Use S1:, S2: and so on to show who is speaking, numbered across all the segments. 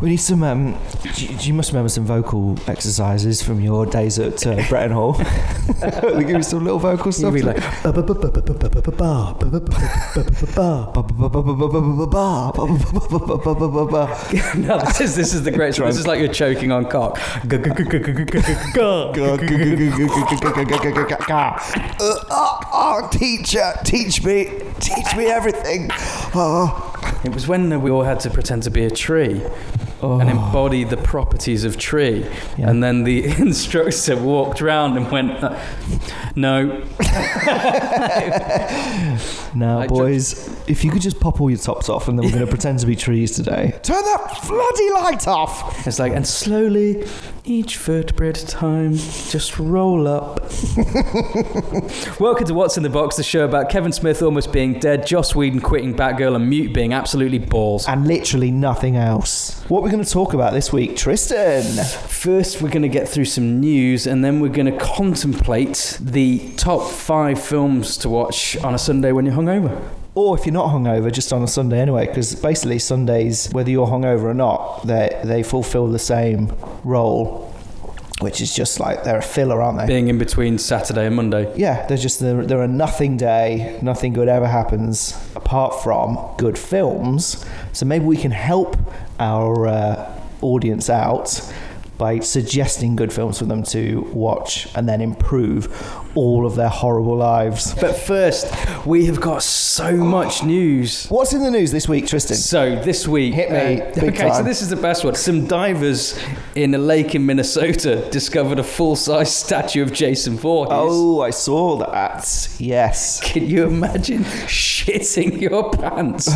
S1: We need some. Um, do, you, do you must remember some vocal exercises from your days at uh, Bretton Hall. they give you some little vocal
S2: You'd
S1: stuff.
S2: be
S1: to-
S2: like, "Ba-ba-ba-ba-ba-ba-ba-ba-ba-ba-ba-ba-ba."
S1: Ba- ba- ba- ba- ba- ba- ba- ba- ba- ba- ba- ba- ba- ba- ba.
S2: no, this is this is the greatest. This is like you're choking on cock.
S1: Ga- ga- ga- ga- ga- ga- ga- ga- ga- ga- ga- ga- ga. Uh, oh, oh, teacher, teach me, teach me everything. Oh.
S2: It was when we all had to pretend to be a tree and embody the properties of tree,
S1: Yeah.
S2: and then the instructor walked round and went, uh, "No,
S1: Now,
S2: I
S1: boys, if you could just pop all your tops off, and then we're going to pretend to be trees today. Turn that bloody light off.
S2: It's like, and slowly, each vertebra at a time, just roll up. Welcome to What's in the Box, the show about Kevin Smith almost being dead, Joss Whedon quitting Batgirl, and Mute being absolutely balls.
S1: And literally nothing else. What we're going to talk about this week, Tristan?
S2: First, we're going to get through some news, and then we're going to contemplate the top five films to watch on a Sunday when you're hungover.
S1: Or if you're not hungover, just on a Sunday anyway, because basically Sundays, whether you're hungover or not, they they fulfil the same role, which is just like they're a filler, aren't they?
S2: Being in between Saturday and Monday.
S1: Yeah, they're just they're, they're a nothing day. Nothing good ever happens apart from good films. So maybe we can help our uh, audience out by suggesting good films for them to watch and then improve all of their horrible lives.
S2: But first, we have got so much news.
S1: What's in the news this week, Tristan?
S2: So this week, uh,
S1: Hit me, big
S2: okay, so
S1: time.
S2: this is the best one. Some divers in a lake in Minnesota discovered a full-size statue of Jason Voorhees.
S1: Oh, I saw that. Yes.
S2: Can you imagine shitting your pants?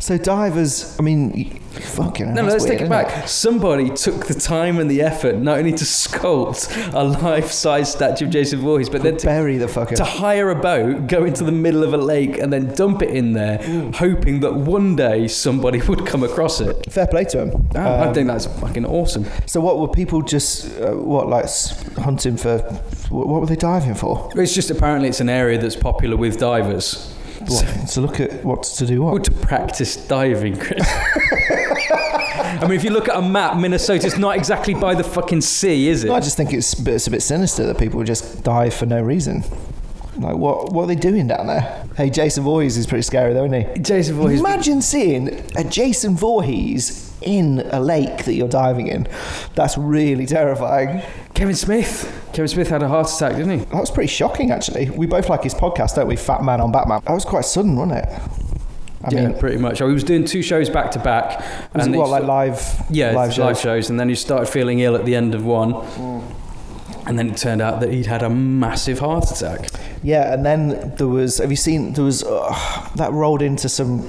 S1: So divers, I mean, y- fucking. hell,
S2: No, no,
S1: that's
S2: let's
S1: weird,
S2: take it
S1: isn't
S2: back. Somebody took the time and the effort not only to sculpt a life-size statue of Jason Voorhees, but then to,
S1: Bury the fucker.
S2: to hire a boat, go into the middle of a lake, and then dump it in there, hoping that one day somebody would come across it.
S1: Fair play to him.
S2: Oh, I think that's fucking awesome.
S1: So, what were people just uh, what like s- hunting for? wh- What were they diving for?
S2: It's just apparently it's an area that's popular with divers.
S1: What, to look at what to do
S2: Well,
S1: what?
S2: to practice diving, Chris. I mean, if you look at a map, Minnesota's not exactly by the fucking sea, is it?
S1: No, I just think it's a bit- it's a bit sinister that people just dive for no reason. Like what what are they doing down there? Hey, Jason Voorhees is pretty scary though, isn't he?
S2: Jason Voorhees.
S1: Imagine seeing a Jason Voorhees in a lake that you're diving in. That's really terrifying.
S2: Kevin Smith. Kevin Smith had a heart attack, didn't he?
S1: That was pretty shocking, actually. We both like his podcast, don't we? Fat Man on Batman. That was quite sudden, wasn't it? I
S2: yeah,
S1: mean,
S2: pretty much. Oh, he was doing two shows back to back.
S1: was
S2: and
S1: it
S2: he
S1: what, like
S2: sort-
S1: live,
S2: yeah,
S1: live shows? Mm.
S2: and then he started feeling ill at the end of one. And then it turned out that he'd had a massive heart attack.
S1: Yeah, and then there was. Have you seen? There was ugh, that rolled into some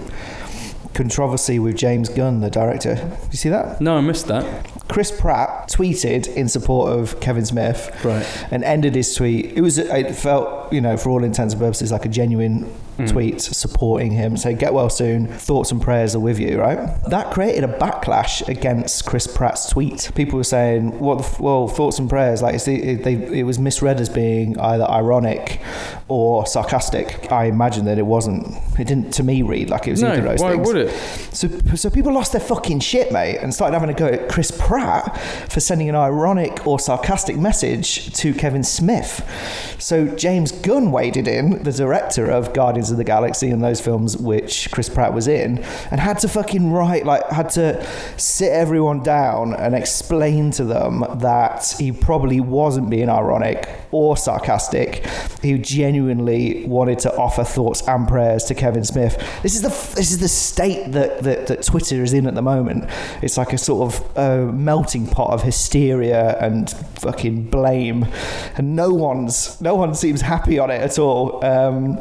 S1: controversy with James Gunn, the director. Did you see that?
S2: No, I missed that.
S1: Chris Pratt tweeted in support of Kevin Smith,
S2: Right.
S1: and ended his tweet. It was. It felt, you know, for all intents and purposes, like a genuine tweet supporting him. Say, get well soon. Thoughts and prayers are with you. Right. That created a backlash against Chris Pratt's tweet. People were saying, "What? The f- well, thoughts and prayers. Like, it's the, it, they, it was misread as being either ironic or sarcastic." I imagine that it wasn't. It didn't, to me, read like it was
S2: No,
S1: either of those
S2: why
S1: things.
S2: would it?
S1: So, so people lost their fucking shit, mate, and started having a go at Chris Pratt for sending an ironic or sarcastic message to Kevin Smith. So James Gunn waded in, the director of Guardians of the Galaxy and those films which Chris Pratt was in, and had to fucking write, like, had to sit everyone down and explain to them that he probably wasn't being ironic or sarcastic. He genuinely wanted to offer thoughts and prayers to Kevin Smith. This is the this is the state that that, that Twitter is in at the moment. It's like a sort of uh, melting pot of hysteria and fucking blame, and no one's no one seems happy on it at all. Um,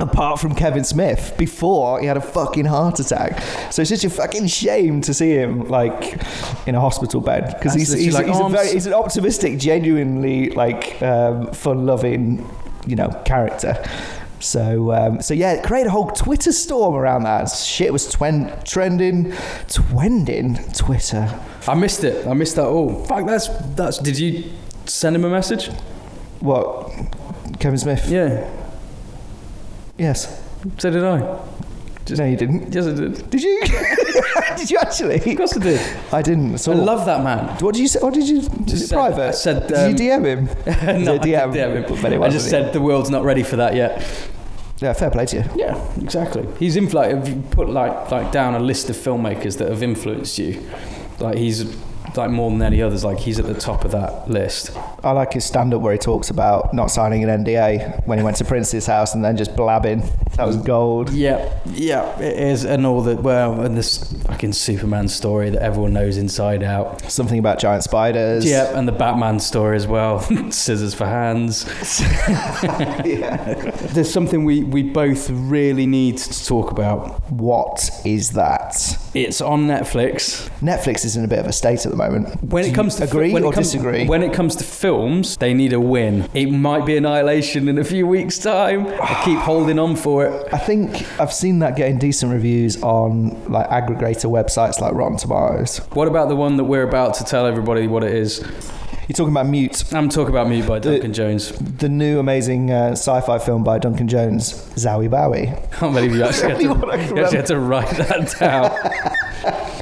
S1: Apart from Kevin Smith, before he had a fucking heart attack, so it's just a fucking shame to see him like in a hospital bed because he's
S2: That's literally
S1: he's,
S2: like,
S1: he's
S2: "Oh,
S1: a
S2: I'm
S1: very
S2: s-
S1: he's an optimistic, genuinely like um, fun-loving, you know, character. So, um, so yeah, create a whole Twitter storm around that. Shit was twen- trending, trending Twitter.
S2: I missed it. I missed that all. Fuck, that's. that's. Did you send him a message?
S1: What? Kevin Smith?
S2: Yeah.
S1: Yes.
S2: So did I.
S1: No, you didn't.
S2: Yes, I did. Of
S1: Did you? did you actually?
S2: course I did.
S1: I didn't. at
S2: I
S1: all.
S2: love that man.
S1: What did you say? What did you? Just
S2: said-
S1: private.
S2: I said, um,
S1: did you DM him?
S2: no, I,
S1: it DM?
S2: did DM him.
S1: But it
S2: I
S1: wasn't
S2: just
S1: it.
S2: said the world's not ready for that yet.
S1: Yeah, fair play to you.
S2: Yeah, exactly. He's influ- Have you put like like down a list of filmmakers that have influenced you? Like he's like more than any others. Like he's at the top of that list.
S1: I like his stand up where he talks about not signing an NDA when he went to Prince's house and then just blabbing. That was gold.
S2: Yeah, yeah, it is, and all that. Well, and this fucking Superman story that everyone knows inside out.
S1: Something about giant spiders.
S2: Yeah, and the Batman story as well. Scissors for hands. There's something we we both really need to talk about.
S1: What is that?
S2: It's on Netflix.
S1: Netflix is in a bit of a state at the moment.
S2: When
S1: Do
S2: it
S1: you
S2: comes to fi-
S1: agree
S2: when it
S1: or
S2: comes-
S1: disagree?
S2: when it comes to films, they need a win. It might be Annihilation in a few weeks' time. I keep holding on for it.
S1: I think I've seen that getting decent reviews on like aggregator websites like Rotten Tomatoes.
S2: What about the one that we're about to tell everybody what it is?
S1: You're talking about Mute,
S2: I'm talking about Mute by
S1: The-
S2: Duncan Jones.
S1: the new amazing uh, sci-fi film by Duncan Jones, Zowie Bowie.
S2: Can't believe you actually had to,
S1: Anyone I can
S2: you actually had to write that down.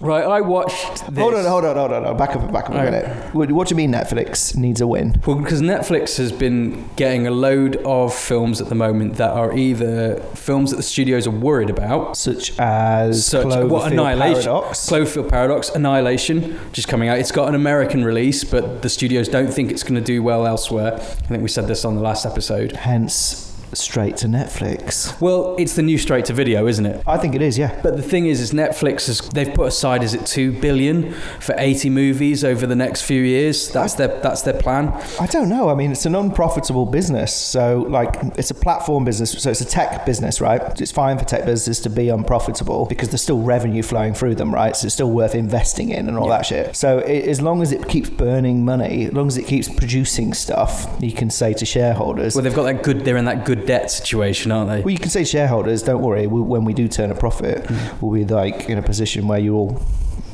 S2: right, I watched this.
S1: Hold on, hold on, hold on, hold on. Back up, back up a
S2: Okay.
S1: minute. What, what do you mean Netflix needs a win?
S2: Well, because Netflix has been getting a load of films at the moment that are either films that the studios are worried about
S1: Such as
S2: Such-
S1: Cloverfield
S2: what annihilation-
S1: Paradox.
S2: Cloverfield Paradox, Annihilation, just coming out. It's got an American release, but the studios don't think it's going to do well elsewhere. I think we said this on the last episode.
S1: Hence, straight to Netflix.
S2: Well, it's the new straight to video, isn't it?
S1: I think it is, yeah.
S2: But the thing is, is Netflix has they've put aside is it two billion for eighty movies over the next few years. That's their that's their plan.
S1: I don't know. I mean, it's an unprofitable business. So, like, it's a platform business. So, it's a tech business, right? It's fine for tech businesses to be unprofitable because there's still revenue flowing through them, right? So, it's still worth investing in and all that shit. So, i as long as it keeps burning money, as long as it keeps producing stuff, you can say to shareholders,
S2: Well,
S1: well,
S2: they've got that good. They're in that good debt situation, aren't they?
S1: you can say to shareholders, don't worry, we, when we do turn a profit, we'll be like in a position where you all,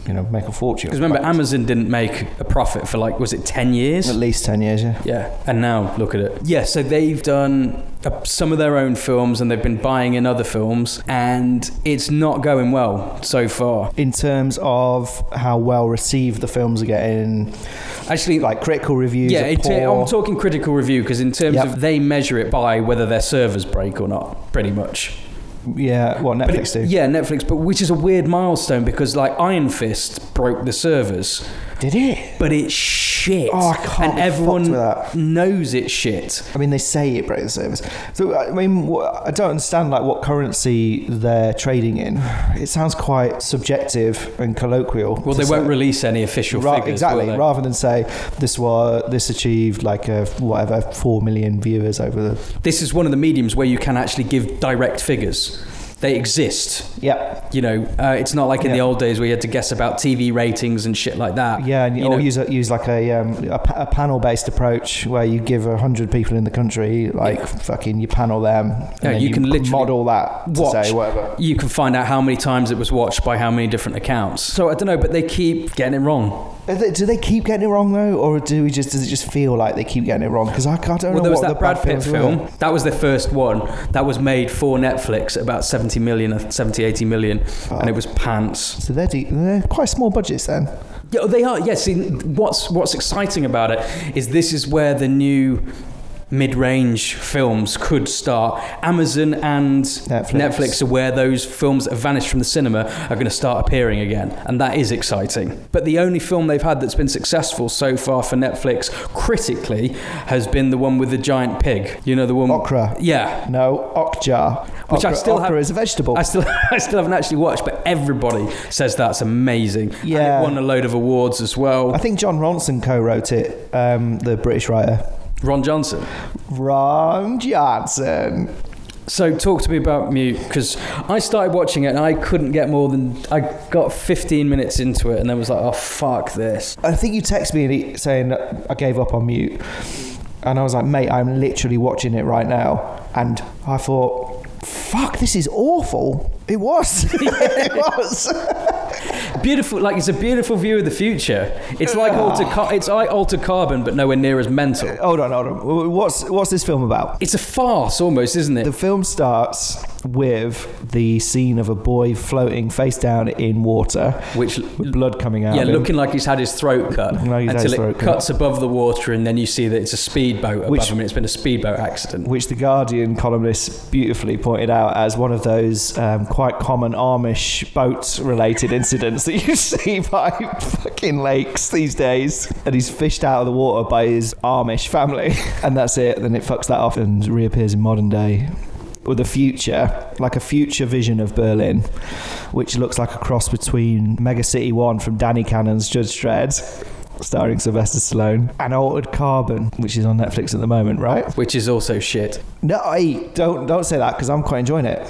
S1: you know, make a fortune.
S2: Because remember, Amazon didn't make a profit for like was it ten years?
S1: at least 10 years, yeah.
S2: Yeah, and now look at it. Yeah, so they've done uh, some of their own films and they've been buying in other films, and it's not going well so far.
S1: In terms of how well received the films are getting,
S2: Actually,
S1: like critical reviews.
S2: yeah,
S1: are
S2: it,
S1: poor.
S2: I'm talking critical review because in terms
S1: Yep.
S2: of they measure it by whether their servers break or not, pretty much.
S1: yeah, what
S2: But
S1: Netflix
S2: it-
S1: do?
S2: Yeah, Netflix, but which is a weird milestone because like Iron Fist broke the servers,
S1: Did it?
S2: but it's shit.
S1: Oh, I can't
S2: and
S1: be fucked
S2: everyone
S1: with that.
S2: knows it's shit.
S1: I mean, they say it breaks the service. So I mean, wh- I don't understand like what currency they're trading in. It sounds quite subjective and colloquial.
S2: Well,
S1: to
S2: they won't
S1: say-
S2: release any official
S1: Ra-
S2: figures.
S1: exactly.
S2: will they?
S1: Rather than say this was this achieved like a, whatever four million viewers over the
S2: this is one of the mediums where you can actually give direct figures. They exist.
S1: yeah
S2: You know, uh, it's not like in the
S1: Yeah.
S2: old days where you had to guess about TV ratings and shit like that.
S1: yeah and
S2: You
S1: or
S2: know-
S1: use a, use like a um, a, pa- a panel based approach where you give a hundred people in the country like fucking you panel them and
S2: Yeah,
S1: then
S2: you can literally
S1: model that to
S2: watch
S1: say whatever
S2: You can find out how many times it was watched by how many different accounts. So I don't know, but they keep getting it wrong.
S1: Are they- Do they keep getting it wrong though, or do we just does it just feel like they keep getting it wrong? Because I, ca- I don't
S2: Well,
S1: know
S2: there was
S1: what the
S2: that Brad
S1: bad
S2: Pitt
S1: films
S2: film.
S1: were.
S2: That was their first one. That was made for Netflix at about 70 million, 70, 80 million, and it was pants.
S1: So they're, de- they're quite small budgets then.
S2: Yeah, they are. Yes. See, what's what's exciting about it is this is where the new mid-range films could start. Amazon and
S1: Netflix.
S2: Netflix are where those films that have vanished from the cinema are going to start appearing again, and that is exciting. But the only film they've had that's been successful so far for Netflix critically has been the one with the giant pig. You know the one.
S1: Okra.
S2: Yeah.
S1: No, okja.
S2: Which I
S1: Okra-
S2: still
S1: okra
S2: have-
S1: is a vegetable.
S2: I still, I still haven't actually watched, but everybody says that's amazing. And it
S1: Yeah.
S2: won a load of awards as well.
S1: I think John Ronson co-wrote it, um, the British writer
S2: Ron Johnson.
S1: Ron Johnson.
S2: So talk to me about Mute because I started watching it and I couldn't get more than I got 15 minutes into it and then was like, oh fuck this.
S1: I think you text me and he- saying I gave up on mute, and I was like, mate, I'm literally watching it right now, and I thought, fuck, this is awful. It was. it was.
S2: Beautiful, like it's a beautiful view of the future. It's like Alter, Car- it's like Alter Carbon, but nowhere near as mental.
S1: Hold on, hold on. What's what's this film about?
S2: It's a farce almost, isn't it?
S1: The film starts with the scene of a boy floating face down in water
S2: Which,
S1: with blood coming out.
S2: yeah,
S1: of him.
S2: looking like he's had his throat cut
S1: Like he's had his
S2: until
S1: throat
S2: it
S1: cut.
S2: cuts above the water, and then you see that it's a speedboat above
S1: Which-
S2: him, and it's been a speedboat accident.
S1: which the Guardian columnist beautifully pointed out as one of those um, quite common Amish boat-related incidents that you see by fucking lakes these days. And he's fished out of the water by his Amish family, and that's it. Then it fucks that off and reappears in modern day. With the future, like a future vision of Berlin, which looks like a cross between Mega City 1 from Danny Cannon's Judge Dredd, starring Sylvester Stallone, and Altered Carbon, which is on Netflix at the moment, right?
S2: Which is also shit.
S1: No, I don't don't say that because I'm quite enjoying it.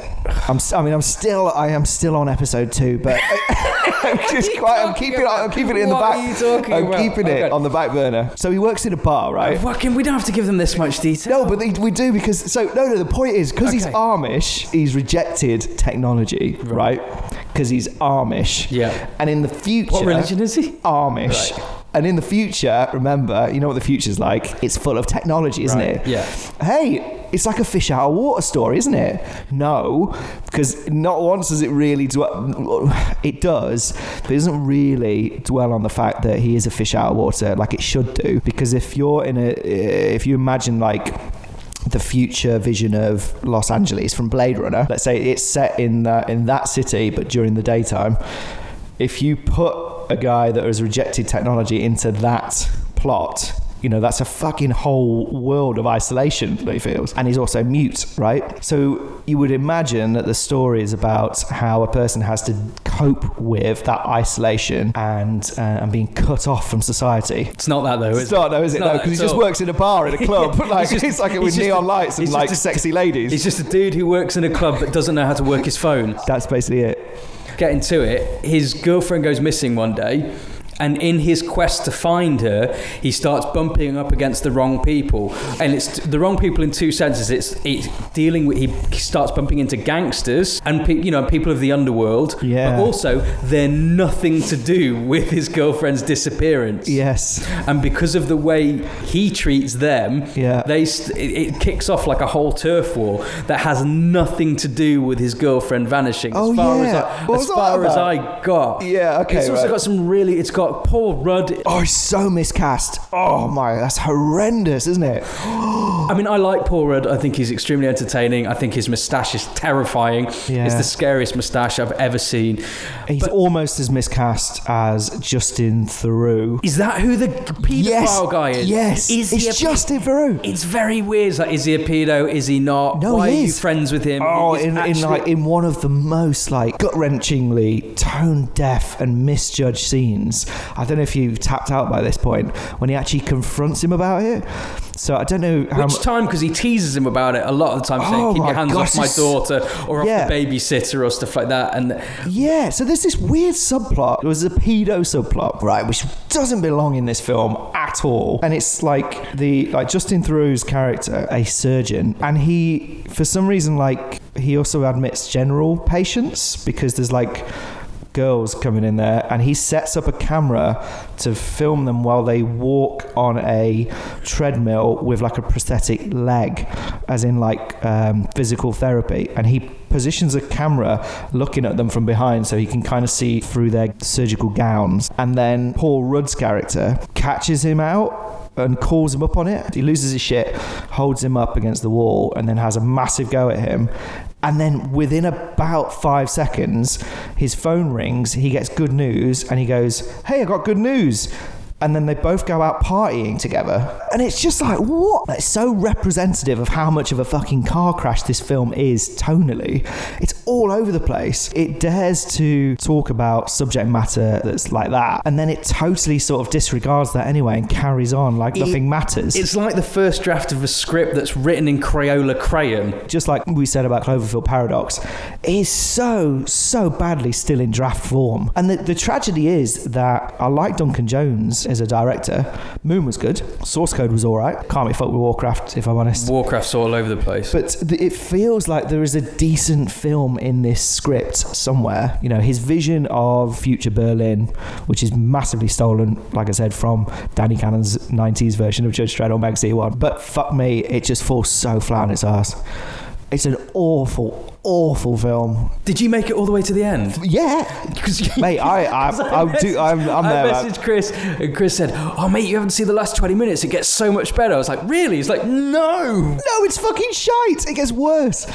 S1: I'm s- I mean I'm still I am still on episode two, but I, am just quite I'm keeping I'm keeping it in the
S2: What
S1: back.
S2: are you talking
S1: I'm
S2: about?
S1: keeping it
S2: Okay. Uh,
S1: on the back burner. So he works in a bar, right?
S2: Fucking, we don't have to give them this much detail.
S1: No, but they, we do because so no no the point is because he's
S2: Okay.
S1: Amish, he's rejected technology, right? Because he's Amish.
S2: Yeah.
S1: And in the future,
S2: What religion is he?
S1: Amish.
S2: Right.
S1: And in the future, remember, you know what the future's like. It's full of technology, isn't
S2: Right,
S1: it?
S2: yeah.
S1: Hey, it's like a fish out of water story, isn't it? No, because not once does it really dwell. It does, but it doesn't really dwell on the fact that he is a fish out of water, like it should do. Because if you're in a, if you imagine like the future vision of Los Angeles from Blade Runner. Let's say it's set in that in that city, but during the daytime. If you put a guy that has rejected technology into that plot, you know that's a fucking whole world of isolation that he feels, and he's also mute, right? So you would imagine that the story is about how a person has to cope with that isolation and uh, and being cut off from society.
S2: It's not that though, is
S1: It's not, though, is it?
S2: It's not
S1: No,
S2: that
S1: because he
S2: at
S1: just
S2: all.
S1: works in a bar in a club, like
S2: He's just-
S1: it's like
S2: he's
S1: with
S2: just
S1: neon
S2: a-
S1: lights and
S2: he's
S1: like
S2: just a-
S1: sexy
S2: it?
S1: ladies.
S2: He's just a dude who works in a club but doesn't know how to work his phone.
S1: That's basically it.
S2: Get into it. His girlfriend goes missing one day. And in his quest to find her, he starts bumping up against the wrong people. And it's the wrong people in two senses. It's, it's dealing with, he starts bumping into gangsters and, pe- you know, people of the underworld.
S1: Yeah.
S2: But also, they're nothing to do with his girlfriend's disappearance.
S1: Yes.
S2: and because of the way he treats them,
S1: Yeah.
S2: they st- it, it kicks off like a whole turf war that has nothing to do with his girlfriend vanishing.
S1: Oh,
S2: as far
S1: yeah.
S2: as I,
S1: What
S2: as
S1: was that
S2: far as
S1: about?
S2: I got,
S1: Yeah, okay,
S2: It's also
S1: right.
S2: got some really. It's got Paul Rudd.
S1: Oh, he's so miscast. Oh my, that's horrendous, isn't it?
S2: I mean, I like Paul Rudd. I think he's extremely entertaining. I think his moustache is terrifying.
S1: Yeah.
S2: It's the scariest moustache I've ever seen.
S1: He's almost as miscast as Justin Theroux.
S2: Is that who the pedophile
S1: Yes.
S2: guy is?
S1: Yes.
S2: Is he a
S1: it's Justin Theroux.
S2: It's very weird. It's Like, is he a pedo? Is he not?
S1: No,
S2: Why
S1: he
S2: are you
S1: is.
S2: friends with him?
S1: Oh,
S2: He's
S1: in, in
S2: actually-
S1: like in one of the most like gut wrenchingly tone deaf and misjudged scenes. I don't know if you tapped out by this point when he actually confronts him about it. So I don't know how
S2: Which
S1: mu-
S2: time? Because he teases him about it a lot of the time,
S1: Um, Oh
S2: saying, "Keep
S1: my
S2: your hands
S1: gosh,
S2: off my
S1: it's-
S2: daughter or
S1: Yeah.
S2: off the babysitter or stuff like that." And
S1: Yeah, so there's this weird subplot. There was a pedo subplot, right, which doesn't belong in this film at all. And it's like the like Justin Theroux's character, a surgeon, and he for some reason like he also admits general patients because there's like girls coming in there and he sets up a camera to film them while they walk on a treadmill with like a prosthetic leg as in like um, physical therapy and he positions a camera looking at them from behind so he can kind of see through their surgical gowns. And then Paul Rudd's character catches him out and calls him up on it. He loses his shit, holds him up against the wall, and then has a massive go at him. And then within about five seconds, his phone rings, he gets good news, and he goes, Hey, I got good news. And then they both go out partying together. And it's just like, what? That's so representative of how much of a fucking car crash this film is tonally. It's all over the place. It dares to talk about subject matter that's like that. And then it totally sort of disregards that anyway and carries on like
S2: It-
S1: nothing matters.
S2: it's like the first draft of a script that's written in Crayola crayon.
S1: just like we said about Cloverfield Paradox, it is so, so badly still in draft form. And the, the tragedy is that I like Duncan Jones as a director. Moon was good. Source Code was all right. Can't be fucked with Warcraft, if I'm honest.
S2: Warcraft's all over the place.
S1: But th- it feels like there is a decent film in this script somewhere. You know, his vision of future Berlin, which is massively stolen, like I said, from Danny Cannon's 90s version of Judge Dredd or Mag Z1. But fuck me, it just falls so flat on its ass. It's an awful, awful film.
S2: Did you make it all the way to the end?
S1: Yeah,
S2: Because you-
S1: mate, I, I,
S2: 'cause
S1: I, do, I'm, I'm
S2: I
S1: there. man.
S2: messaged Chris, and Chris said, "Oh mate, you haven't seen the last twenty minutes. It gets so much better." I was like, "Really?" He's like, "No."
S1: No, it's fucking shite. It gets worse.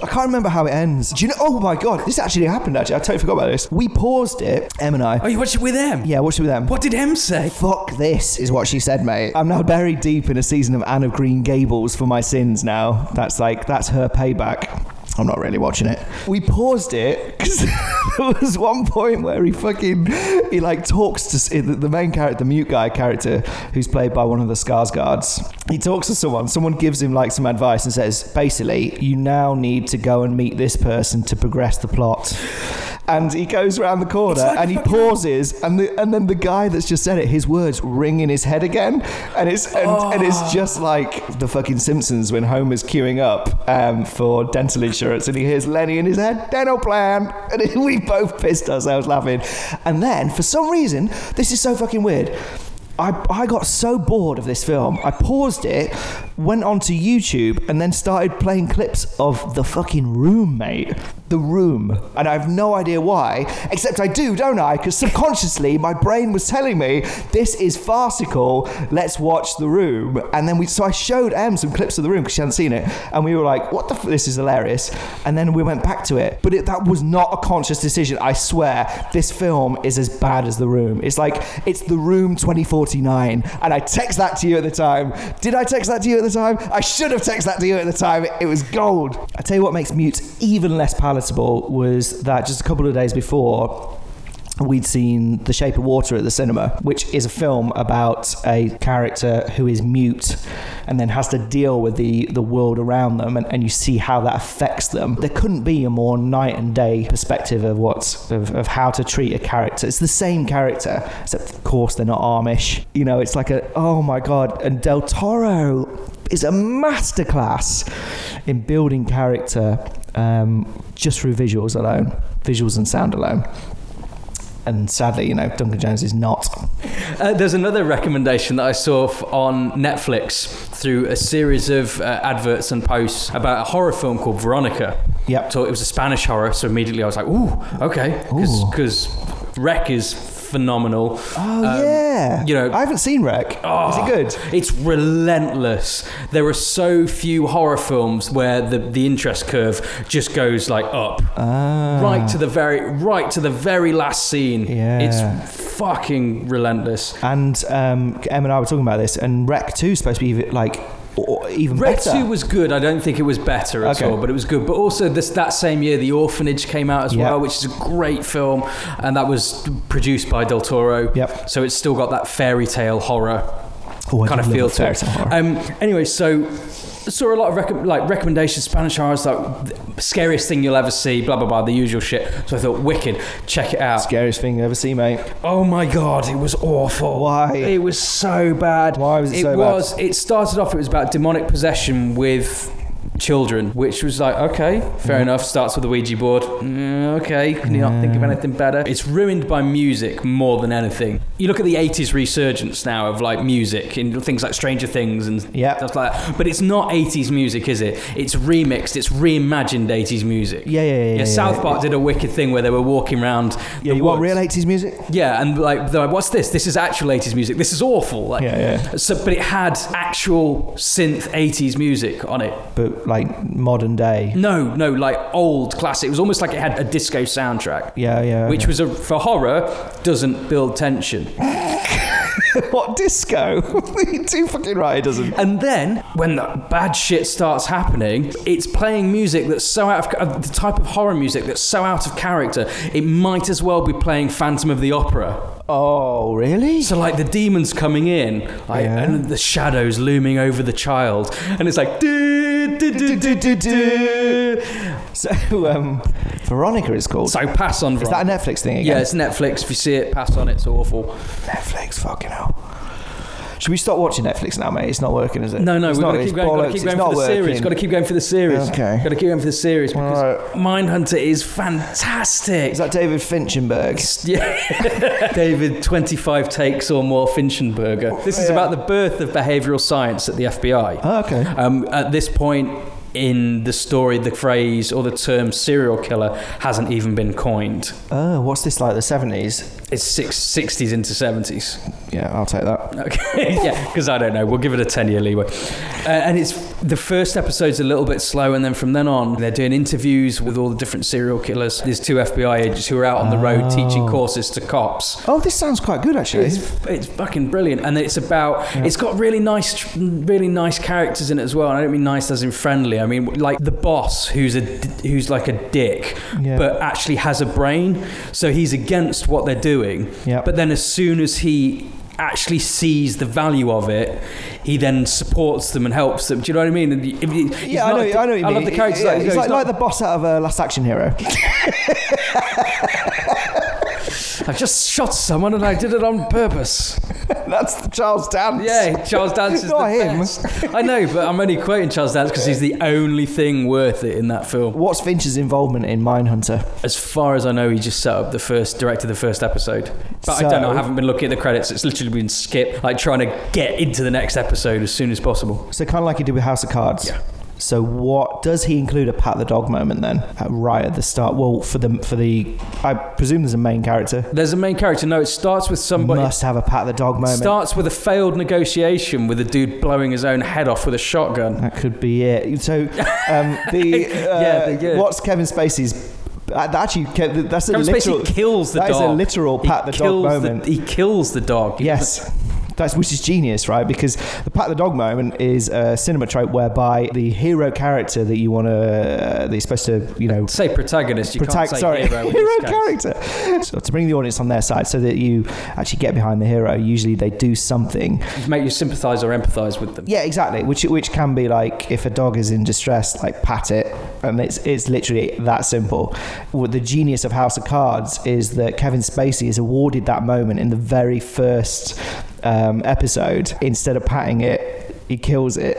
S1: I can't remember how it ends. Do you know? Oh my god, this actually happened. Actually, I totally forgot about this. We paused it, Em and
S2: Oh,
S1: I.
S2: you watched it with them?
S1: Yeah, what's it with them?
S2: What did Em say?
S1: Fuck this is what she said, mate. I'm now buried deep in a season of Anne of Green Gables for my sins. Now that's like that's her payback. I'm not really watching it. We paused it because there was one point where he fucking he like talks to s- the the main character, the mute guy character, who's played by one of the Skarsgårds. He talks to someone. Someone gives him like some advice and says, basically, you now need to go and meet this person to progress the plot. And he goes around the corner
S2: like
S1: and he
S2: fucking-
S1: pauses pauses, and the, and then the guy that's just said it, his words ring in his head again, and it's and, and
S2: Oh.
S1: it's just like the fucking Simpsons when Homer's queuing up um, for dental insurance, and he hears Lenny in his head, dental plan, and we both pissed ourselves laughing, and then for some reason, this is so fucking weird. I, I got so bored of this film. I paused it, went onto YouTube, and then started playing clips of The Fucking Room, mate. The Room. And I have no idea why, except I do, don't I? Because subconsciously, my brain was telling me, this is farcical, let's watch The Room. And then we, so I showed Em some clips of The Room because she hadn't seen it. And we were like, what the f- this is hilarious. And then we went back to it. But it, that was not a conscious decision. I swear, this film is as bad as The Room. It's like, it's The Room 2049. And I text that to you at the time. Did I text that to you at the time? I should have texted that to you at the time. It was gold. I tell you what makes Mute even less palatable was that just a couple of days before, we'd seen The Shape of Water at the cinema, which is a film about a character who is mute and then has to deal with the, the world around them, and, and you see how that affects them. There couldn't be a more night and day perspective of what's of, of how to treat a character. It's the same character, except of course they're not Amish. You know, it's like a oh my god, and Del Toro is a masterclass in building character um, just through visuals alone, visuals and sound alone and sadly, you know, Duncan Jones is not.
S2: Uh, there's another recommendation that I saw f- on Netflix through a series of uh, adverts and posts about a horror film called Veronica.
S1: Yep.
S2: So it was a Spanish horror, so immediately I was like, ooh, okay.
S1: Ooh.
S2: Because Wreck is phenomenal. Um,
S1: Oh yeah,
S2: you know- Ah.
S1: I haven't seen Wreck. is it good?
S2: It's relentless. There are so few horror films where the, the interest curve just goes like up.
S1: Ah.
S2: Right to the very right to the very last scene.
S1: Yeah.
S2: It's fucking relentless.
S1: And um, Em and I were talking about this, and Wreck Two is supposed to be even- like or even
S2: Red
S1: better.
S2: Two was good. I don't think it was better at
S1: Okay.
S2: all, but it was good. But also this that same year, The Orphanage came out as
S1: Yeah.
S2: well, which is a great film, and that was produced by Del Toro.
S1: Yep.
S2: So it's still got that fairy tale horror
S1: Oh, I
S2: kind
S1: do
S2: of
S1: love
S2: feel
S1: the
S2: to
S1: fairy
S2: it.
S1: tale horror.
S2: Um, anyway, so saw a lot of recom like recommendations. Spanish horror is like the scariest thing you'll ever see. Blah blah blah, the usual shit. So I thought, wicked, check it out.
S1: Scariest thing you ever see, mate.
S2: Oh my god, it was awful.
S1: Why?
S2: It was so bad.
S1: Why was it so bad?
S2: was, It started off. It was about demonic possession with children, which was like, okay,
S1: Mm-hmm.
S2: fair enough. Starts with the Ouija board. Mm, okay, can you not think
S1: Mm.
S2: of anything better? It's ruined by music more than anything. You look at the '80s resurgence now of like music and things like Stranger Things and
S1: Yep.
S2: stuff like that. But it's not '80s music, is it? It's remixed. It's reimagined '80s music.
S1: Yeah, yeah, yeah, yeah,
S2: South
S1: yeah.
S2: Park did a wicked thing where they were walking around.
S1: Yeah,
S2: the
S1: you want
S2: woods.
S1: real '80s music?
S2: Yeah, and like, they're like, what's this? This is actual 80s music. This is awful. Like,
S1: Yeah, yeah.
S2: So, but it had actual synth 80s music on it.
S1: But like modern day.
S2: No, no, like old classic. It was almost like it had a disco soundtrack.
S1: Yeah, yeah.
S2: Which
S1: yeah.
S2: was a for horror doesn't build tension.
S1: what disco? You're too fucking right, it doesn't.
S2: And then when the bad shit starts happening, it's playing music that's so out of of the type of horror music that's so out of character. It might as well be playing Phantom of the Opera.
S1: Oh, really?
S2: So like the demons coming in, like,
S1: Yeah.
S2: and the shadows looming over the child, and it's like. "Do, do, do, do, do, do."
S1: So, um, Veronica is called.
S2: So pass on.
S1: is that
S2: Veronica.
S1: a Netflix thing again?
S2: yeah, it's Netflix. If you see it, pass on. It's awful.
S1: Netflix, fucking hell. Should we stop watching Netflix now, mate? It's not working, is it?
S2: No, no,
S1: it's
S2: we've got
S1: not-
S2: to
S1: it's
S2: keep going. Got
S1: bollocks,
S2: to keep
S1: it's
S2: going
S1: not
S2: for the series.
S1: working.
S2: Got to keep going for the series.
S1: Okay.
S2: Got to keep going for the series because
S1: Alright.
S2: Mindhunter is fantastic.
S1: Is that David Finchenberg?
S2: yeah, David, 25 takes or more Finchenberger. This is
S1: Yeah.
S2: about the birth of behavioral science at the FBI.
S1: Oh, okay.
S2: Um, at this point, in the story, the phrase or the term serial killer hasn't even been coined.
S1: Oh, what's this like the 70s?
S2: It's six, 60s into 70s.
S1: Yeah, I'll take that.
S2: Okay, yeah, because I don't know. We'll give it a 10 year leeway. Uh, and it's the first episode's a little bit slow, and then from then on, they're doing interviews with all the different serial killers. There's two FBI agents who are out on the road teaching
S1: Oh.
S2: courses to cops.
S1: Oh, this sounds quite good actually.
S2: It's, it's fucking brilliant, and it's about.
S1: Yeah.
S2: It's got really nice, really nice characters in it as well. And I don't mean nice as in friendly. I mean like the boss, who's a d- who's like a dick,
S1: Yeah.
S2: but actually has a brain. So he's against what they're doing.
S1: Yeah.
S2: But then as soon as he actually sees the value of it, he then supports them and helps them. Do you know what I mean? And if he- he's
S1: yeah, I
S2: not
S1: know,
S2: a
S1: I know what
S2: dick-
S1: you
S2: I
S1: mean.
S2: love the characters.
S1: Yeah,
S2: like,
S1: he's
S2: he's
S1: like,
S2: not-
S1: like the boss out of uh, Last Action Hero.
S2: I just shot someone and I did it on purpose.
S1: That's the Charles Dance.
S2: Yeah, Charles Dance is
S1: Not
S2: the
S1: him.
S2: best. I know, but I'm only quoting Charles Dance because he's the only thing worth it in that film.
S1: What's Fincher's involvement in Mindhunter?
S2: As far as I know, he just set up the first, directed the first episode. But I don't know. I
S1: So-
S2: haven't been looking at the credits. It's literally been skipped. Like trying to get into the next episode as soon as possible.
S1: So kind of like he did with House of Cards.
S2: Yeah.
S1: So what does he include a pat the dog moment then uh, right at the start? Well, for the for the I presume there's a main character.
S2: There's a main character. No, it starts with somebody.
S1: Must have a pat the dog moment.
S2: Starts with a failed negotiation with a dude blowing his own head off with a shotgun.
S1: That could be it. So, um, the uh,
S2: Yeah, the- yeah.
S1: what's Kevin Spacey's? uh, Actually, Kev- that's a
S2: Kevin
S1: literal.
S2: Spacey kills the
S1: that is
S2: dog.
S1: a literal
S2: He
S1: pat the dog
S2: kills
S1: moment.
S2: he kills the dog. He
S1: yes. That's, which is genius, right? Because the pat the dog moment is a cinema trope whereby the hero character that you want to, uh, that you're supposed to, you know,
S2: Say protagonist. You
S1: protect.
S2: can't say
S1: sorry,
S2: hero. in this case.
S1: character. So to bring the audience on their side, so that you actually get behind the hero, usually they do something.
S2: Make you sympathise or empathise with them.
S1: Yeah, exactly. Which which can be like if a dog is in distress, like pat it, and it's it's literally that simple. Well, the genius of House of Cards is that Kevin Spacey is awarded that moment in the very first um, episode. Instead of patting it, he kills it.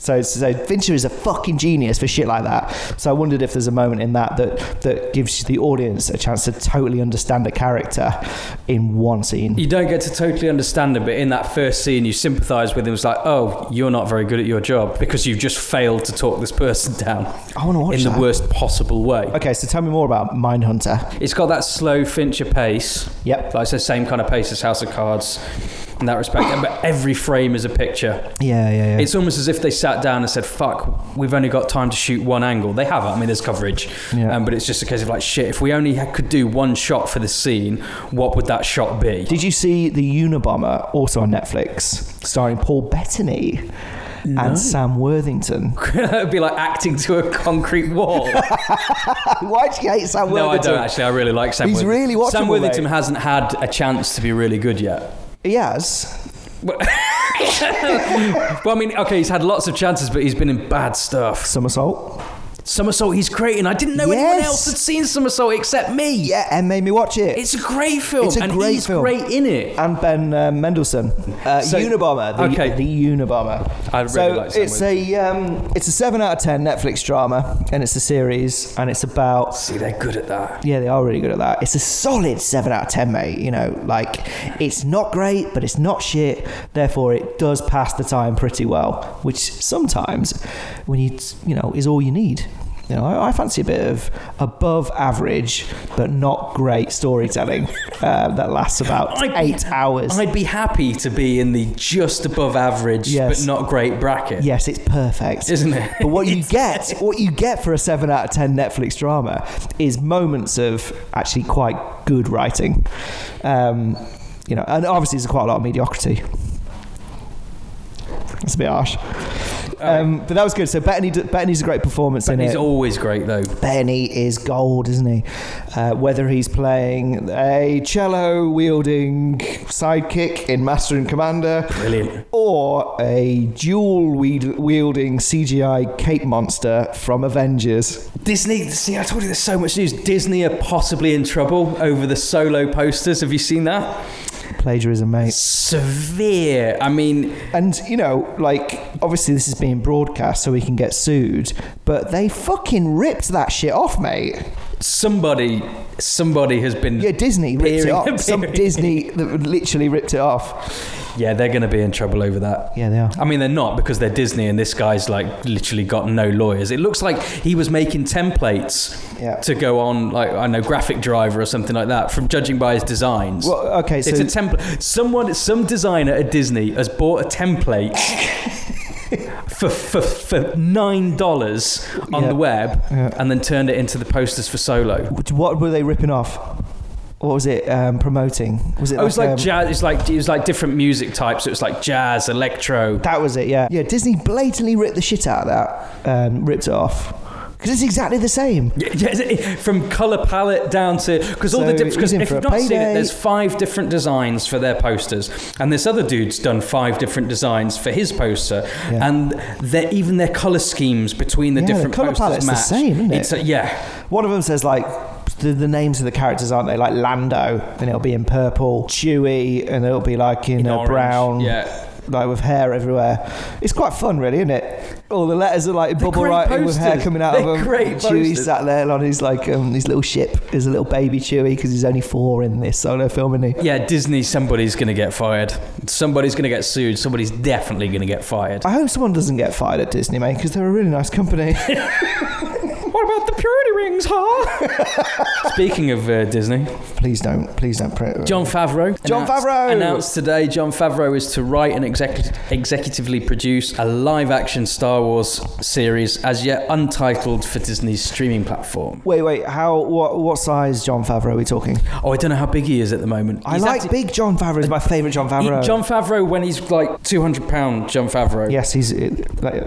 S1: So, so Fincher is a fucking genius for shit like that. So I wondered if there's a moment in that that, that gives the audience a chance to totally understand a character in one scene.
S2: You don't get to totally understand him, but in that first scene, you sympathise with him. It's like, oh, you're not very good at your job because you've just failed to talk this person down
S1: I want to watch
S2: in the
S1: that.
S2: worst possible way.
S1: Okay, so tell me more about Mindhunter.
S2: It's got that slow Fincher pace.
S1: Yep.
S2: Like I said, same kind of pace as House of Cards in that respect. but every frame is a picture.
S1: Yeah, yeah, yeah.
S2: It's almost as if they sat down and said, fuck, we've only got time to shoot one angle. They haven't. I mean, there's coverage.
S1: Yeah.
S2: Um, but it's just a case of like, shit, if we only ha- could do one shot for this scene, what would that shot be?
S1: Did you see The Unabomber, also on Netflix, starring Paul Bettany
S2: No.
S1: and Sam Worthington?
S2: It'd be like acting to a concrete wall.
S1: Why do you hate Sam
S2: no, I
S1: Worthington?
S2: don't actually. I really like Sam.
S1: He's
S2: Worthington.
S1: really watchable,
S2: Sam
S1: mate.
S2: Worthington hasn't had a chance to be really good yet.
S1: He has.
S2: Well, I mean, okay, he's had lots of chances, but he's been in bad stuff.
S1: Somersault.
S2: Somersault, he's creating. I didn't know anyone
S1: Yes.
S2: else had seen Somersault except me.
S1: Yeah, and made me watch it.
S2: It's a great film,
S1: It's a
S2: and
S1: great
S2: he's
S1: film.
S2: great in it.
S1: and Ben uh, Mendelsohn, uh,
S2: So-
S1: Unabomber, the,
S2: okay.
S1: the Unabomber.
S2: I really
S1: so
S2: like Sam
S1: it's a um, it's a seven out of ten Netflix drama, and it's a series, and it's about
S2: See, they're good at that.
S1: Yeah, they are really good at that. It's a solid seven out of ten, mate. You know, like it's not great, but it's not shit. Therefore, it does pass the time pretty well, which sometimes, when you you know, is all you need. You know, I, I fancy a bit of above average but not great storytelling uh, that lasts about
S2: I'd be-
S1: eight hours.
S2: I'd be happy to be in the just above average,
S1: Yes.
S2: but not great bracket,
S1: yes, it's perfect.
S2: isn't it?
S1: But what you get, what you get for a seven out of ten Netflix drama, is moments of actually quite good writing. Um, you know, and obviously there's quite a lot of mediocrity. That's a bit harsh, um, but that was good. So Bettany, d- Bettany's a great performance
S2: But
S1: in
S2: he's
S1: it.
S2: always great though.
S1: Benny is gold, isn't he? Uh, whether he's playing a cello wielding sidekick in Master and Commander,
S2: Brilliant.
S1: or a dual wield- wielding CGI cape monster from Avengers.
S2: Disney, see, I told you there's so much news. Disney are possibly in trouble over the solo posters. Have you seen that?
S1: Plagiarism, mate.
S2: Severe. I mean,
S1: And, you know, like, obviously this is being broadcast so we can get sued, but they fucking ripped that shit off, mate.
S2: somebody, somebody has been.
S1: Yeah, Disney ripped it
S2: Period.
S1: off. Some Disney that literally ripped it off.
S2: Yeah, they're going to be in trouble over that.
S1: Yeah, they are.
S2: I mean, they're not because they're Disney and this guy's like literally got no lawyers. It looks like he was making templates
S1: Yeah.
S2: to go on, like, I know, graphic driver or something like that, from judging by his designs.
S1: Well, okay, so
S2: it's a template. Someone, some designer at Disney has bought a template for, for, for $9 on
S1: Yeah.
S2: the web
S1: Yeah.
S2: and then turned it into the posters for Solo.
S1: Which- what were they ripping off? What was it um, promoting? Was it?
S2: It was like
S1: um,
S2: jazz. Oh, It's like it was like different music types. It was like jazz, electro.
S1: that was it. Yeah, yeah. Disney blatantly ripped the shit out of that, um, ripped it off because it's exactly the same.
S2: Yeah, yeah, it- from color palette down to because all the
S1: So
S2: different. Because
S1: he's in
S2: if
S1: for
S2: you've
S1: a
S2: not seen it,
S1: payday.
S2: there's five different designs for their posters, and this other dude's done five different designs for his poster,
S1: Yeah.
S2: and their even their color schemes between the
S1: Yeah, the
S2: different
S1: colour
S2: posters
S1: palette's the
S2: match.
S1: same, isn't it?
S2: It's a- yeah,
S1: One of them says like the, the names of the characters aren't they like Lando, and it'll be in purple, Chewie, and it'll be like in,
S2: In
S1: a
S2: orange,
S1: brown,
S2: yeah.
S1: like with hair everywhere. It's quite fun, really, isn't it? All the letters are like bubble
S2: great
S1: writing with hair
S2: posters.
S1: coming out
S2: They're
S1: of them.
S2: great
S1: Chewie
S2: posters.
S1: sat there on his like um, his little ship, his little baby Chewie, because he's only four in this solo film, isn't he?
S2: yeah. Disney, somebody's gonna get fired. Somebody's gonna get sued. Somebody's definitely gonna get fired.
S1: I hope someone doesn't get fired at Disney, mate, because they're a really nice company.
S2: What about the purity rings, huh? Speaking of uh, Disney,
S1: please don't, please don't. Pre-
S2: John Favreau.
S1: Jon
S2: announced-
S1: Favreau!
S2: announced today. John Favreau is to write and execu- executively produce a live-action Star Wars series, as yet untitled, for Disney's streaming platform.
S1: Wait, wait. How? What? What size John Favreau are we talking?
S2: Oh, I don't know how big he is at the moment.
S1: I
S2: He's
S1: like
S2: acti-
S1: big John Favreau. Is my favourite John
S2: he-
S1: Favreau.
S2: John Favreau when he's like 200 pound. John Favreau.
S1: yes, he's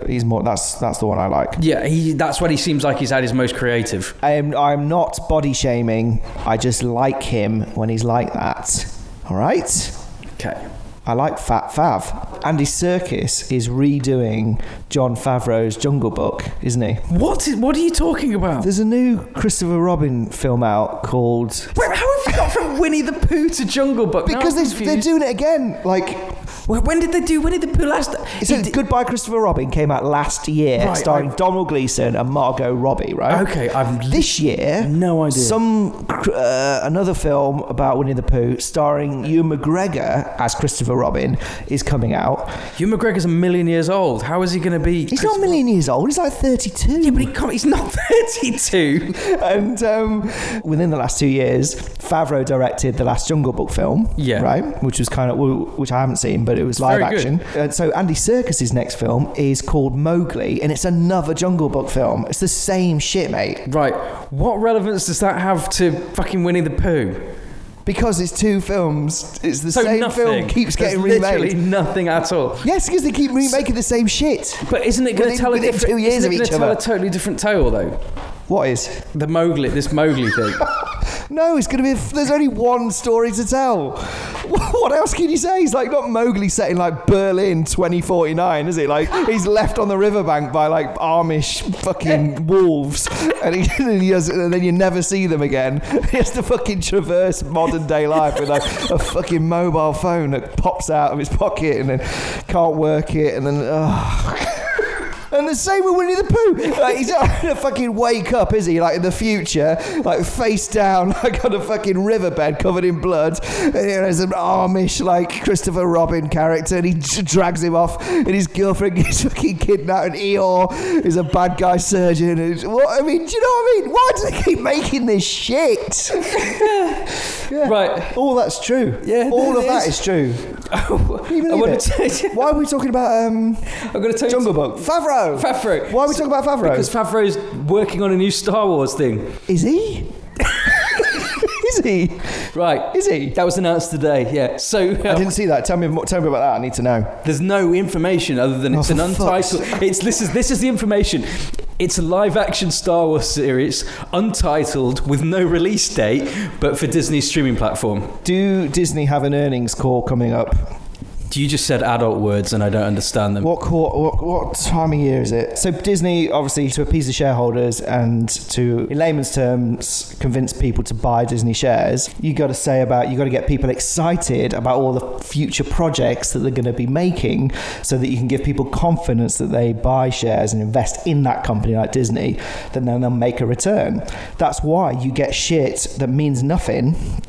S1: he's more. That's that's the one I like.
S2: Yeah, he, that's when he seems like he's had his most creative.
S1: I'm I'm not body shaming. I just like him when he's like that. All right.
S2: Okay.
S1: I like Fat Fav. Andy Circus is redoing John Favreau's Jungle Book, isn't he?
S2: What, is, what are you talking about?
S1: There's a new Christopher Robin film out called
S2: Wait, how have you got from Winnie the Pooh to Jungle Book? Now
S1: because
S2: I'm
S1: they, they're
S2: confused.
S1: doing it again. Like,
S2: Wh- When did they do Winnie the Pooh last?
S1: it
S2: He
S1: said
S2: did-
S1: Goodbye Christopher Robin came out last year,
S2: Right,
S1: starring
S2: I-
S1: Donald Gleason and Margot Robbie, right?
S2: Okay, I've
S1: This year,
S2: no idea.
S1: some cr- uh, another film about Winnie the Pooh, starring Hugh McGregor as Christopher Robin, is coming out.
S2: Hugh McGregor's a million years old. How is he going to be?
S1: He's not a million years old; he's like thirty-two.
S2: Yeah, but he can't, he's not 32.
S1: and um, within the last two years, Favreau directed the last Jungle Book film,
S2: Yeah.
S1: right, which was kind of which I haven't seen, but it was live
S2: very
S1: action.
S2: good.
S1: And so Andy Circus's next film is called Mowgli, and it's another Jungle Book film. It's the same shit, mate,
S2: Right. What relevance does that have to fucking Winnie the Pooh?
S1: because it's two films. It's the
S2: So
S1: same
S2: nothing.
S1: film keeps
S2: There's
S1: getting
S2: Literally
S1: remade.
S2: nothing at all.
S1: Yes, because they keep remaking the same shit.
S2: But isn't it going to
S1: Within-
S2: tell a
S1: within
S2: different?
S1: two years
S2: isn't
S1: of
S2: it gonna
S1: each
S2: tell
S1: other.
S2: a totally different tale though?
S1: What is?
S2: The Mowgli, this Mowgli thing.
S1: No, it's gonna be. there's only one story to tell. What else can you say? He's like not Mowgli set in like Berlin 2049, is it? Like he's left on the riverbank by like Amish fucking wolves, and, he, and, he has, and then you never see them again. He has to fucking traverse modern day life with like a fucking mobile phone that pops out of his pocket and then can't work it, and then. ugh. And the same with Winnie the Pooh. Like he's not gonna fucking wake up, is he? Like in the future, like face down, like on a fucking riverbed covered in blood. And there's an Amish like Christopher Robin character, and he d- drags him off. And his girlfriend gets fucking kidnapped. And Eeyore is a bad guy surgeon. And what I mean, do you know what I mean? Why do they keep making this shit? Yeah.
S2: Right.
S1: All that's true.
S2: Yeah,
S1: all of
S2: it
S1: that
S2: is.
S1: is true. Can you
S2: I
S1: believe
S2: want
S1: it?
S2: to tell you.
S1: Why are we talking about um,
S2: I'm going to tell you.
S1: Jungle Book? Favreau.
S2: Favreau.
S1: Why are we talking about Favreau?
S2: Because Favreau's working on a new Star Wars thing.
S1: Is he? is he?
S2: Right.
S1: Is he?
S2: That was announced today. Yeah. So
S1: I didn't see that. Tell me, mo- tell me about that. I need to know.
S2: There's no information other than
S1: Oh,
S2: it's an
S1: for fuck's
S2: untitled. It's this is this is the information. It's a live-action Star Wars series, untitled, with no release date, but for Disney's streaming platform.
S1: Do Disney have an earnings call coming up?
S2: You just said adult words, and I don't understand them.
S1: What court? What, what time of year is it? So Disney, obviously, to appease the shareholders and to, in layman's terms, convince people to buy Disney shares, you got to say about you got to get people excited about all the future projects that they're going to be making, so that you can give people confidence that they buy shares and invest in that company like Disney, then they'll make a return. That's why you get shit that means nothing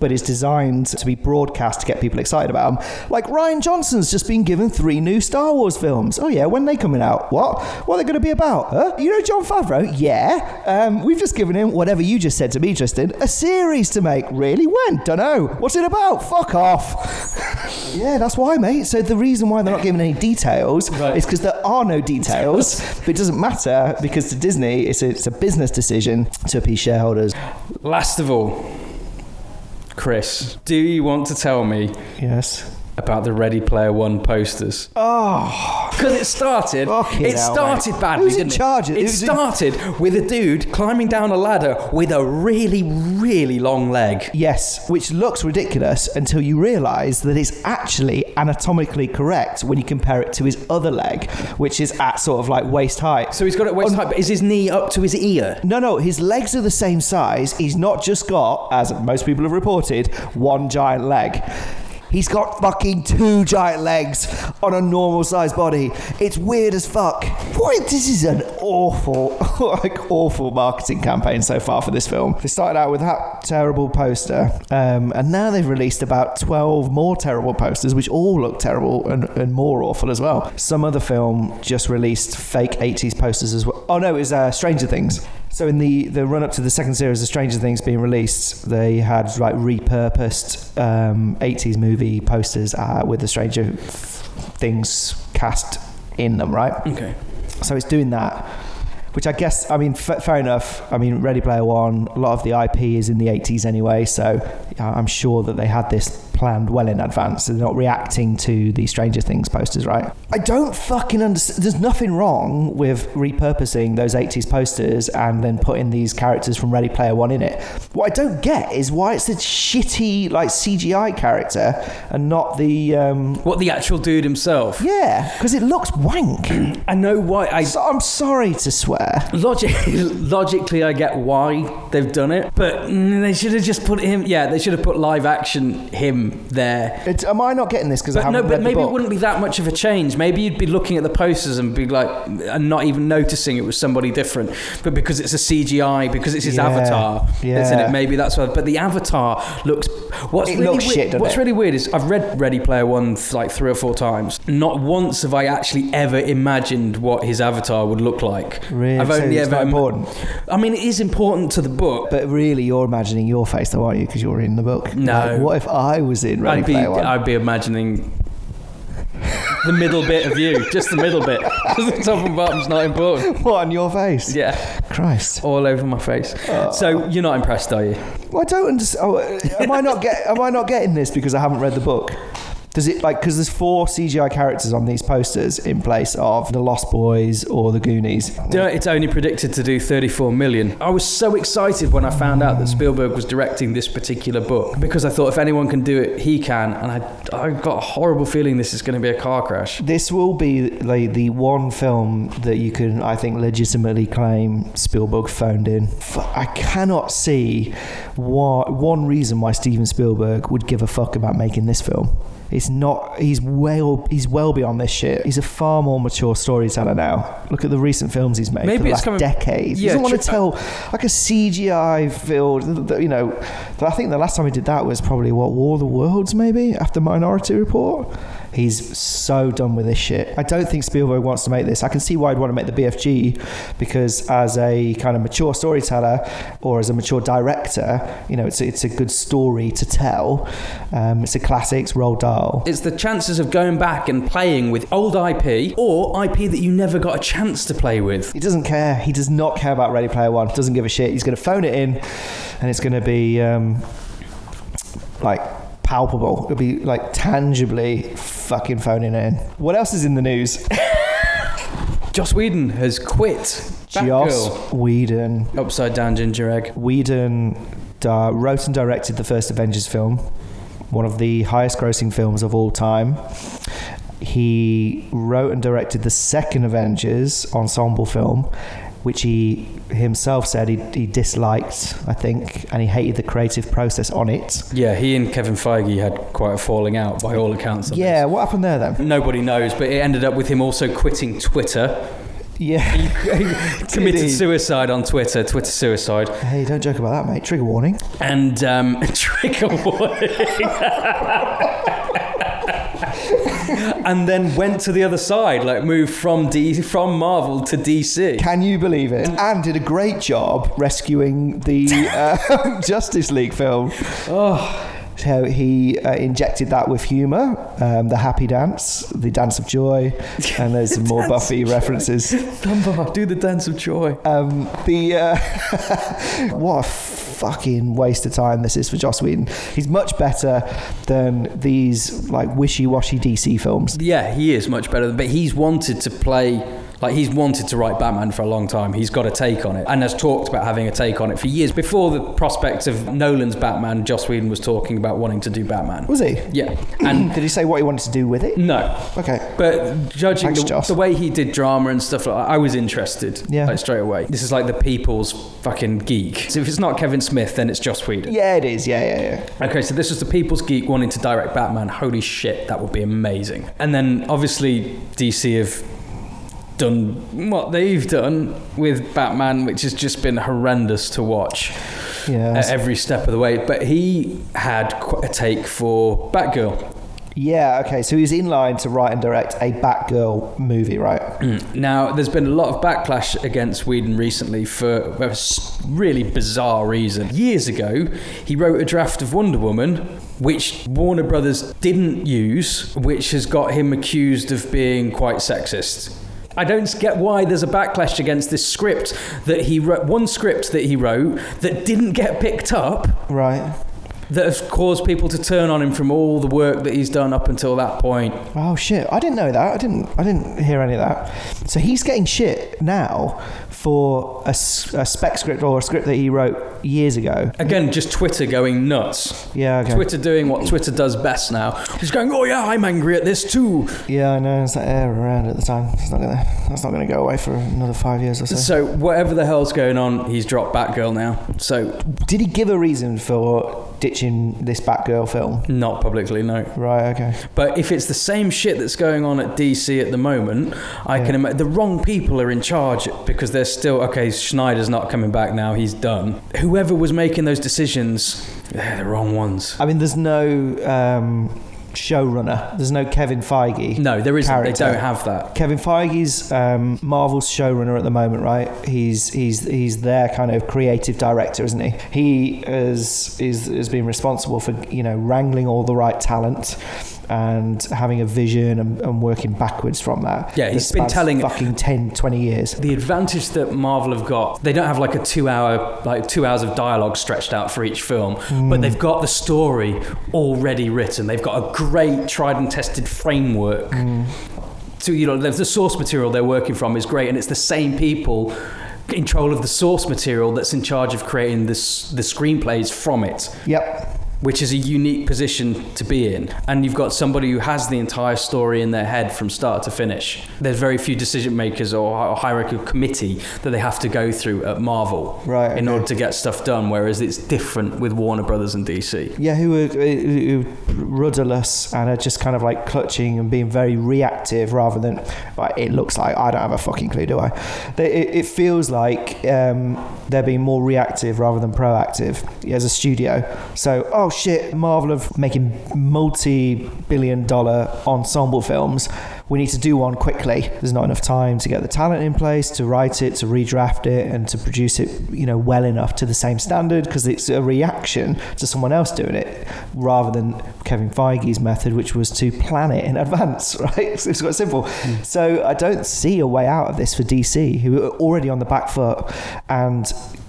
S1: but is designed to be broadcast to get people excited about them. Like Ryan Johnson's just been given three new Star Wars films. Oh yeah, when they coming out? What? What are they going to be about? Huh? You know John Favreau? Yeah. Um, we've just given him whatever you just said to me, Justin. A series to make. Really? When? Don't know. What's it about? Fuck off. yeah, that's why, mate. So the reason why they're not giving any details
S2: Right.
S1: is because there are no details. but it doesn't matter because to Disney, it's a, it's a business decision to appease shareholders.
S2: Last of all, Chris, do you want to tell me
S1: Yes.
S2: about the Ready Player One posters?
S1: Oh.
S2: Because it started,
S1: Fucking
S2: it
S1: hell,
S2: started
S1: mate.
S2: badly.
S1: Who's in
S2: didn't
S1: charge?
S2: It, it
S1: Who's in-
S2: started with a dude climbing down a ladder with a really, really long leg.
S1: Yes, which looks ridiculous until you realise that it's actually anatomically correct when you compare it to his other leg, which is at sort of like waist height.
S2: So he's got it waist high, but is his knee up to his ear?
S1: No, no, his legs are the same size. He's not just got, as most people have reported, one giant leg. He's got fucking two giant legs on a normal sized body. It's weird as fuck. Boy, this is an awful, like, awful marketing campaign so far for this film. They started out with that terrible poster, um, and now they've released about 12 more terrible posters, which all look terrible and, and more awful as well. Some other film just released fake 80s posters as well. Oh no, it was uh, Stranger Things. So in the, the run up to the second series of Stranger Things being released, they had like repurposed um, 80s movie posters uh, with the Stranger Things cast in them, right?
S2: Okay.
S1: So it's doing that, which I guess I mean f- fair enough. I mean Ready Player One, a lot of the IP is in the 80s anyway, so I- I'm sure that they had this planned well in advance. So they're not reacting to the Stranger Things posters, right? I don't fucking understand. There's nothing wrong with repurposing those 80s posters and then putting these characters from Ready Player One in it. What I don't get is why it's this shitty like CGI character and not the um,
S2: What the actual dude himself?
S1: yeah, because it looks wank.
S2: I know why. I
S1: So I'm sorry to swear.
S2: Logic, logically, I get why they've done it, but mm, they should have just put him. Yeah, they should have put live action him there.
S1: It, am I not getting this because I
S2: But
S1: haven't
S2: no,
S1: read
S2: but
S1: the
S2: maybe it
S1: book?
S2: wouldn't be that much of a change. Maybe you'd be looking at the posters and be like, and not even noticing it was somebody different. But because it's a CGI, because it's his
S1: Yeah,
S2: avatar that's in
S1: yeah.
S2: it, maybe that's why. But the avatar looks. What's
S1: It
S2: really
S1: looks
S2: weird,
S1: shit, doesn't
S2: What's
S1: it?
S2: really weird is I've read Ready Player One th- like three or four times. Not once have I actually ever imagined what his avatar would look like.
S1: Really?
S2: I've
S1: So
S2: only
S1: it's
S2: ever
S1: not important?
S2: I mean, it is important to the book.
S1: But really, you're imagining your face, though, aren't you? Because you're reading the book.
S2: No.
S1: Like, what if I was in Ready
S2: I'd be,
S1: Player One?
S2: I'd be imagining the middle bit of you, just the middle bit. 'Cause the top and bottom's not important.
S1: what on your face? Oh.
S2: Yeah,
S1: Christ.
S2: all over my face. So you're not impressed, are you?
S1: Well, I don't understand. Oh, uh, am I not get? Am I not getting this because I haven't read the book? Does it like because there's four CGI characters on these posters in place of the Lost Boys or the Goonies?
S2: Do you know, it's only predicted to do 34 million. I was so excited when I found out that Spielberg was directing this particular book because I thought if anyone can do it, he can. And I, I got a horrible feeling this is going to be a car crash.
S1: This will be like the one film that you can, I think, legitimately claim Spielberg phoned in. F- I cannot see why, one reason why Steven Spielberg would give a fuck about making this film. It's not. He's well. He's well beyond this shit. He's a far more mature storyteller now. Look at the recent films he's made
S2: Maybe
S1: for the
S2: it's
S1: last
S2: coming-
S1: decade. he
S2: Yeah,
S1: doesn't want to
S2: true.
S1: tell like a CGI filled. You know, I think the last time he did that was probably what War of the Worlds, maybe after Minority Report. He's so done with this shit. I don't think Spielberg wants to make this. I can see why he'd want to make the BFG because, as a kind of mature storyteller or as a mature director, you know, it's a, it's a good story to tell. Um, it's a classic, it's Roald Dahl.
S2: It's the chances of going back and playing with old IP or IP that you never got a chance to play with.
S1: He doesn't care. He does not care about Ready Player One. Doesn't give a shit. He's going to phone it in, and it's going to be um, like palpable. It'll be like tangibly fucking phoning it in. What else is in the news?
S2: Joss Whedon has quit.
S1: Joss
S2: Batgirl.
S1: Whedon.
S2: Upside down ginger egg.
S1: Whedon di- wrote and directed the first Avengers film, one of the highest grossing films of all time. He wrote and directed the second Avengers ensemble film, which he himself said he, he disliked, I think, and he hated the creative process on it.
S2: Yeah, he and Kevin Feige had quite a falling out by all accounts. on
S1: Yeah, what happened there then?
S2: this. Nobody knows, but it ended up with him also quitting Twitter
S1: Yeah.
S2: committed
S1: Indeed.
S2: suicide on Twitter, Twitter suicide,
S1: Hey, don't joke about that, mate. Trigger warning.
S2: and um, trigger warning. and then went to the other side, like moved from D from Marvel to DC.
S1: Can you believe
S2: Mm.
S1: it? And did a great job rescuing the uh, Justice League film.
S2: Oh,
S1: So he uh, injected that with humour, um, the happy dance, the dance of joy, and there's some more
S2: Dance of
S1: Buffy
S2: joy.
S1: references.
S2: Dunbar, do the dance of joy.
S1: Um, the uh, what a fucking waste of time this is for Joss Whedon. He's much better than these like wishy-washy DC films.
S2: Yeah, he is much better, but he's wanted to play. Like he's wanted to write Batman for a long time. He's got a take on it, and has talked about having a take on it for years. Before the prospect of Nolan's Batman, Joss Whedon was talking about wanting to do Batman.
S1: Was he?
S2: Yeah, and
S1: Did he say what he wanted to do with it?
S2: no,
S1: Okay.
S2: But judging
S1: Thanks,
S2: the,
S1: Joss.
S2: the way he did drama and stuff like that, I was interested.
S1: Yeah.
S2: Like straight away. This is like the people's fucking geek. So if it's not Kevin Smith, then it's Joss Whedon.
S1: Yeah, it is. Yeah, yeah, yeah.
S2: Okay, so this was the people's geek wanting to direct Batman. Holy shit, that would be amazing. And then obviously DC have done what they've done with Batman, which has just been horrendous to watch
S1: Yeah.
S2: at every step of the way. But he had quite a take for Batgirl.
S1: Yeah, okay. So he's in line to write and direct a Batgirl movie, right?
S2: Mm. Now, there's been a lot of backlash against Whedon recently for a s- really bizarre reason. Years ago, he wrote a draft of Wonder Woman, which Warner Brothers didn't use, which has got him accused of being quite sexist. I don't get why there's a backlash against this script that he wrote, one script that he wrote that didn't get picked up
S1: Right.
S2: that has caused people to turn on him from all the work that he's done up until that point.
S1: Oh shit! I didn't know that. I didn't. I didn't hear any of that. So he's getting shit now for a, s- a spec script or a script that he wrote years ago.
S2: Again, just Twitter going nuts.
S1: Yeah. Okay.
S2: Twitter doing what Twitter does best now. Just going, oh yeah, I'm angry at this too.
S1: Yeah, I know. It's like air around at the time. It's not gonna. That's not gonna go away for another five years or so.
S2: So whatever the hell's going on, he's dropped Batgirl now. So
S1: Did he give a reason for ditching this Batgirl film?
S2: not publicly, no.
S1: Right. Okay.
S2: But if it's the same shit that's going on at DC at the moment, I can imagine the wrong people are in charge because they're still okay. Schneider's not coming back now; he's done. Whoever was making those decisions, they're the wrong ones.
S1: I mean, there's no um, showrunner. There's no Kevin Feige.
S2: No, there isn't.
S1: Character.
S2: They don't have that.
S1: Kevin Feige's um, Marvel's showrunner at the moment, right? He's he's he's their kind of creative director, isn't he? He is is has been responsible for you know wrangling all the right talent and having a vision and, and working backwards from that.
S2: Yeah,
S1: That
S2: he's been
S1: spans
S2: telling-
S1: fucking 10, 20 years.
S2: The advantage that Marvel have got, they don't have like a two hour, like two hours of dialogue stretched out for each film, but they've got the story already written. They've got a great tried and tested framework. So, you know, the, the source material they're working from is great, and it's the same people in control of the source material that's in charge of creating this, the screenplays from it
S1: Yep.
S2: which is a unique position to be in. And you've got somebody who has the entire story in their head from start to finish. There's very few decision makers or hi- or hierarchical committee that they have to go through at Marvel
S1: Right,
S2: in
S1: okay.
S2: order to get stuff done, whereas it's different with Warner Brothers and DC.
S1: Yeah, who are who who rudderless and are just kind of like clutching and being very reactive rather than like it looks like I don't have a fucking clue, do I? They, it, it feels like um, they're being more reactive rather than proactive as a studio. So oh shit, Marvel of making multi-billion-dollar ensemble films. We need to do one quickly. There's not enough time to get the talent in place to write it, to redraft it, and to produce it, you know, well enough to the same standard because it's a reaction to someone else doing it, rather than Kevin Feige's method, which was to plan it in advance. Right? So it's quite simple.
S2: Hmm.
S1: So I don't see a way out of this for DC, who are already on the back foot and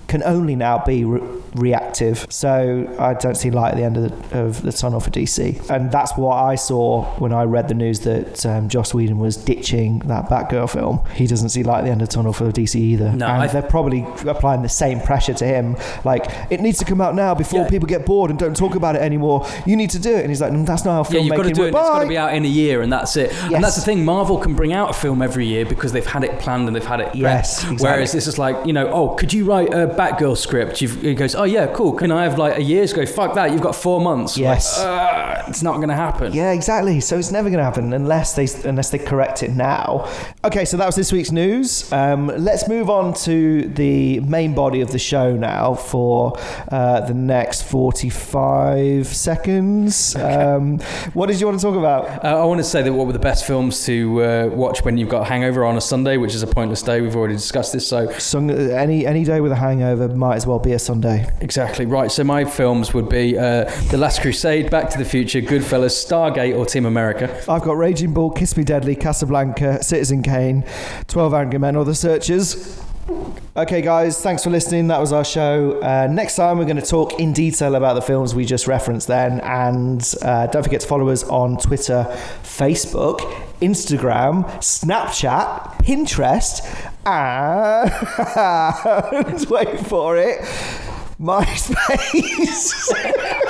S1: can only now be re- reactive. So I don't see light at the end of the, of the tunnel for DC. And that's what I saw when I read the news that um, Joss Whedon was ditching that Batgirl film. He doesn't see light at the end of the tunnel for DC either.
S2: No,
S1: and
S2: I-
S1: they're probably applying the same pressure to him. Like, it needs to come out now before
S2: Yeah.
S1: people get bored and don't talk about it anymore. You need to do it. And he's like, "Mm, that's not how
S2: Yeah,
S1: filmmaking
S2: you've got to do it. and It's got to
S1: Bye."
S2: be out in a year, and that's it.
S1: Yes.
S2: And that's the thing. Marvel can bring out a film every year because they've had it planned and they've had it. prepped.
S1: Yes, exactly.
S2: Whereas this is like, you know, oh, could you write a Batgirl script, you've, it goes, oh yeah, cool. Can I have like a year's go? Fuck that. You've got four months.
S1: Yes.
S2: Like, "Ah, it's not going to happen.
S1: Yeah, exactly. So it's never going to happen unless they unless they correct it now. Okay, so that was this week's news. Um, let's move on to the main body of the show now for uh, the next forty five seconds. Um, what did you want to talk about?
S2: Uh, I want to say that what were the best films to uh, watch when you've got a hangover on a Sunday, which is a pointless day. We've already discussed this. So
S1: Sung, any any day with a hangover might as well be a Sunday.
S2: exactly right. So my films would be uh, The Last Crusade, Back to the Future, Goodfellas, Stargate, or Team America.
S1: I've got Raging Bull, Kiss Me Deadly, Casablanca, Citizen Kane, 12 Angry Men, or The Searchers. Okay, guys, thanks for listening. That was our show. Uh, next time, we're going to talk in detail about the films we just referenced then. And uh, don't forget to follow us on Twitter, Facebook, Instagram, Snapchat, Pinterest, and wait for it, MySpace.